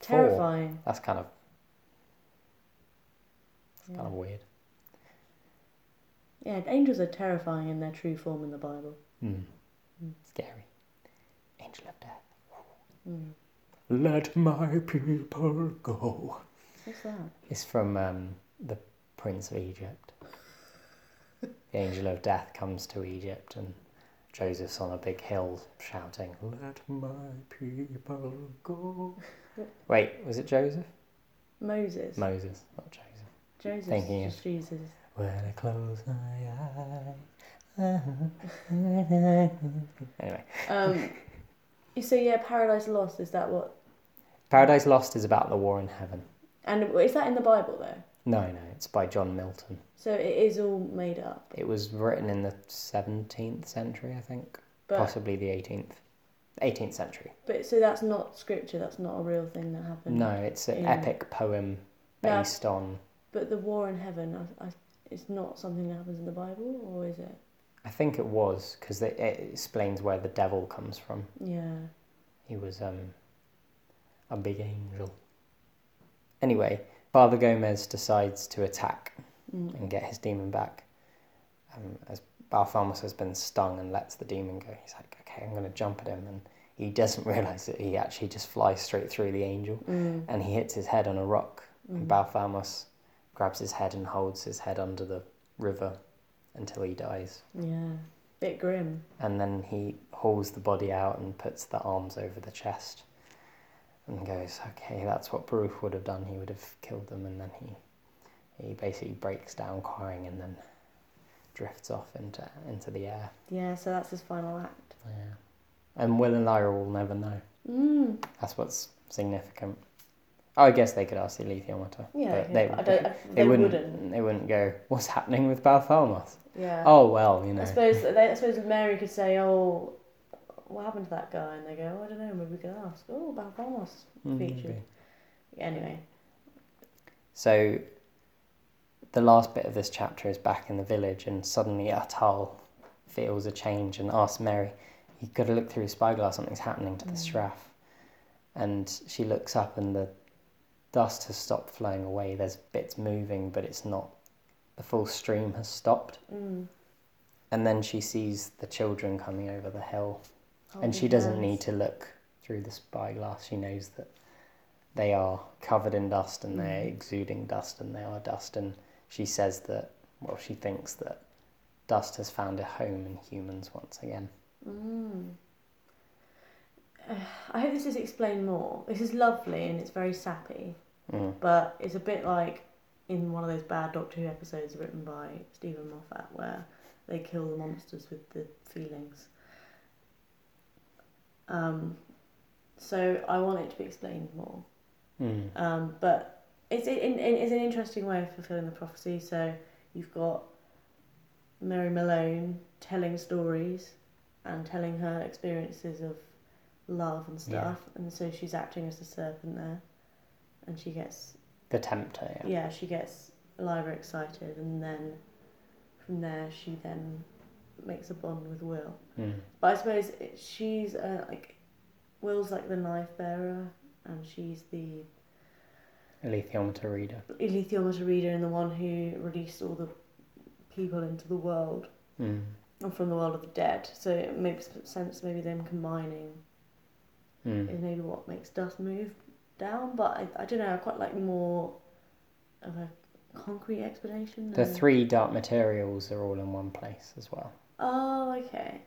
Speaker 1: Four.
Speaker 2: terrifying.
Speaker 1: That's kind of
Speaker 2: Yeah.
Speaker 1: kind of weird.
Speaker 2: yeah, angels are terrifying in their true form in the Bible.
Speaker 1: Mm.
Speaker 2: Mm.
Speaker 1: Scary. Angel of death.
Speaker 2: Mm.
Speaker 1: Let my people go.
Speaker 2: What's that?
Speaker 1: It's from um, the Prince of Egypt. the angel of death comes to Egypt and Joseph's on a big hill shouting, Let my people go. Wait, was it Joseph?
Speaker 2: Moses.
Speaker 1: Moses, not Joseph.
Speaker 2: Joseph.
Speaker 1: Thinking
Speaker 2: just Jesus.
Speaker 1: When I close my eyes. [LAUGHS] anyway,
Speaker 2: Um, [LAUGHS] so yeah, Paradise Lost is that what?
Speaker 1: Paradise Lost is about the war in heaven.
Speaker 2: And is that in the Bible though?
Speaker 1: No, no, it's by John Milton.
Speaker 2: So it is all made up.
Speaker 1: It was written in the 17th century, I think.
Speaker 2: But
Speaker 1: Possibly the 18th. 18th century.
Speaker 2: but so that's not scripture. That's not a real thing that happened.
Speaker 1: No, it's an
Speaker 2: Mm-hmm. Yeah.
Speaker 1: epic poem
Speaker 2: Yeah.
Speaker 1: based on.
Speaker 2: But the war in heaven, I, I, it's not something that happens in the Bible, or is it?
Speaker 1: I think it was, because it explains where the devil comes from.
Speaker 2: Yeah.
Speaker 1: He was um, a big angel. Anyway, Father Gomez decides to attack
Speaker 2: Mm.
Speaker 1: and get his demon back. Um, as Balthalmus has been stung and lets the demon go, he's like, okay, okay, I'm going to jump at him. And he doesn't [LAUGHS] realize that he actually just flies straight through the angel
Speaker 2: Mm.
Speaker 1: and he hits his head on a rock. And
Speaker 2: Mm.
Speaker 1: Balthamos grabs his head and holds his head under the river until he dies.
Speaker 2: Yeah. Bit grim.
Speaker 1: And then he hauls the body out and puts the arms over the chest and goes, okay, that's what Baruch would have done. He would have killed them. And then he, he basically breaks down crying and then drifts off into, into the air.
Speaker 2: Yeah, so that's his final act.
Speaker 1: Yeah. And Will and Lyra will never know.
Speaker 2: Mm.
Speaker 1: That's what's significant. Oh, I guess they could ask the Alethiometer.
Speaker 2: Yeah,
Speaker 1: but
Speaker 2: yeah.
Speaker 1: They,
Speaker 2: I don't, I,
Speaker 1: [LAUGHS] they
Speaker 2: they
Speaker 1: wouldn't,
Speaker 2: wouldn't.
Speaker 1: They wouldn't go, what's happening with Balthelmoth?
Speaker 2: Yeah.
Speaker 1: Oh, well, you
Speaker 2: I
Speaker 1: know.
Speaker 2: suppose they, I suppose Mary could say, "Oh, what happened to that guy?" And they go, oh, "I don't know. Maybe we could ask." Oh, about Ramos.
Speaker 1: Mm,
Speaker 2: featured.
Speaker 1: maybe.
Speaker 2: Anyway,
Speaker 1: So the last bit of this chapter is back in the village, and suddenly Atal feels a change and asks Mary, You've got to look through the spyglass, something's happening to the
Speaker 2: Mm.
Speaker 1: Shraff. And she looks up, and the dust has stopped flowing away. There's bits moving, but it's not. The full stream has stopped.
Speaker 2: mm.
Speaker 1: And then she sees the children coming over the hill,
Speaker 2: Holding
Speaker 1: and she doesn't
Speaker 2: hands.
Speaker 1: need to look through the spyglass. She knows that they are covered in dust and they're
Speaker 2: Mhm.
Speaker 1: exuding dust and they are dust. And she says that, well, she thinks that dust has found a home in humans once again.
Speaker 2: Mm. Uh, [SIGHS] I hope this is explained more. This is lovely and it's very sappy,
Speaker 1: Mm.
Speaker 2: but it's a bit like in one of those bad Doctor Who episodes written by Stephen Moffat, where they kill the monsters with the feelings. Um, so I want it to be explained more.
Speaker 1: Mm.
Speaker 2: Um, but it's, it, it, it's an interesting way of fulfilling the prophecy. So you've got Mary Malone telling stories and telling her experiences of love and stuff. And so she's acting as the serpent there. And she gets,
Speaker 1: The tempter, yeah.
Speaker 2: yeah, she gets Lyra excited. And then from there, she then makes a bond with Will.
Speaker 1: Mm.
Speaker 2: But I suppose it, she's uh, like, Will's like the knife bearer and she's the
Speaker 1: Alethiometer reader.
Speaker 2: Elithiometer reader and the one who released all the people into the world
Speaker 1: Mm.
Speaker 2: and from the world of the dead. So it makes sense maybe them combining
Speaker 1: Mm.
Speaker 2: is maybe what makes dust move down. But I, I don't know. I quite like more of a concrete explanation.
Speaker 1: The
Speaker 2: than-
Speaker 1: three dark materials are all in one place as well.
Speaker 2: Oh, okay.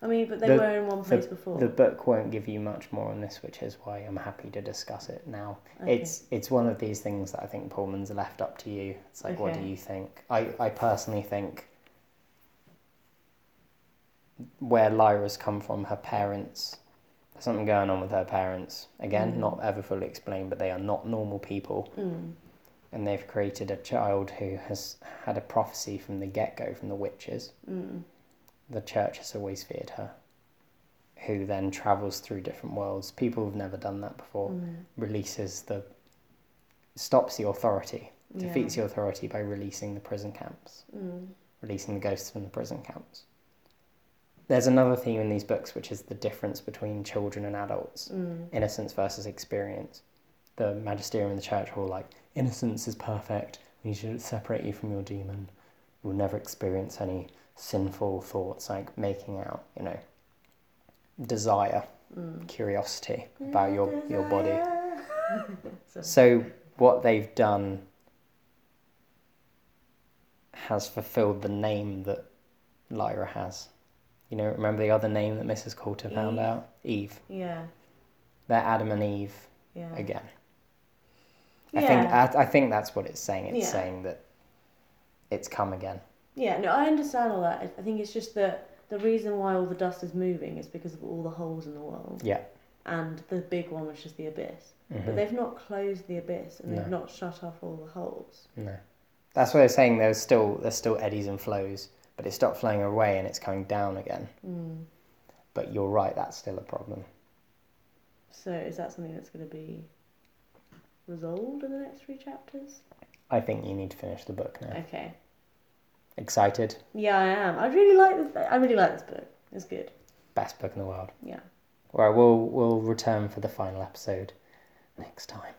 Speaker 2: I mean, but they
Speaker 1: The-
Speaker 2: were in one place before.
Speaker 1: The book won't give you much more on this, which is why I'm happy to discuss it now.
Speaker 2: Okay.
Speaker 1: It's it's one of these things that I think Pullman's left up to you. It's like, what do
Speaker 2: Okay.
Speaker 1: you think? I, I personally think where Lyra's come from, her parents, there's something going on with her parents. Again,
Speaker 2: Mm.
Speaker 1: not ever fully explained, but they are not normal people,
Speaker 2: Mm,
Speaker 1: and they've created a child who has had a prophecy from the get go from the witches.
Speaker 2: mm,
Speaker 1: The church has always feared her, who then travels through different worlds. People have never done that before
Speaker 2: mm,
Speaker 1: releases the stops the authority,
Speaker 2: yeah.
Speaker 1: defeats the authority by releasing the prison camps,
Speaker 2: Mm,
Speaker 1: releasing the ghosts from the prison camps. There's another theme in these books which is the difference between children and adults,
Speaker 2: mm,
Speaker 1: innocence versus experience. The magisterium and the church were all like, innocence is perfect, we should separate you from your demon. You'll never experience any sinful thoughts like making out, you know, desire,
Speaker 2: mm.
Speaker 1: curiosity about your, your body.
Speaker 2: so,
Speaker 1: So what they've done has fulfilled the name that Lyra has. You know, remember the other name that Mrs. Coulter found
Speaker 2: Eve.
Speaker 1: out? Eve.
Speaker 2: yeah,
Speaker 1: They're Adam and Eve
Speaker 2: yeah.
Speaker 1: again.
Speaker 2: Yeah.
Speaker 1: I think I, I think that's what it's saying. It's
Speaker 2: Yeah.
Speaker 1: saying that it's come again.
Speaker 2: Yeah, no, I understand all that. I think it's just that the reason why all the dust is moving is because of all the holes in the world.
Speaker 1: Yeah.
Speaker 2: And the big one was just the abyss. But
Speaker 1: Mhm.
Speaker 2: they've not closed the abyss and they've
Speaker 1: No.
Speaker 2: not shut off all the holes.
Speaker 1: No. That's what they're saying. There's still there's still eddies and flows, but it stopped flowing away and it's coming down again.
Speaker 2: Mm.
Speaker 1: But you're right. That's still a problem.
Speaker 2: So is that something that's going to be resolved in the next three chapters?
Speaker 1: I think you need to finish the book now.
Speaker 2: Okay.
Speaker 1: Excited?
Speaker 2: Yeah, I am. I really like this. I really like this book. It's good.
Speaker 1: Best book in the world.
Speaker 2: Yeah.
Speaker 1: All right, we'll we'll return for the final episode next time.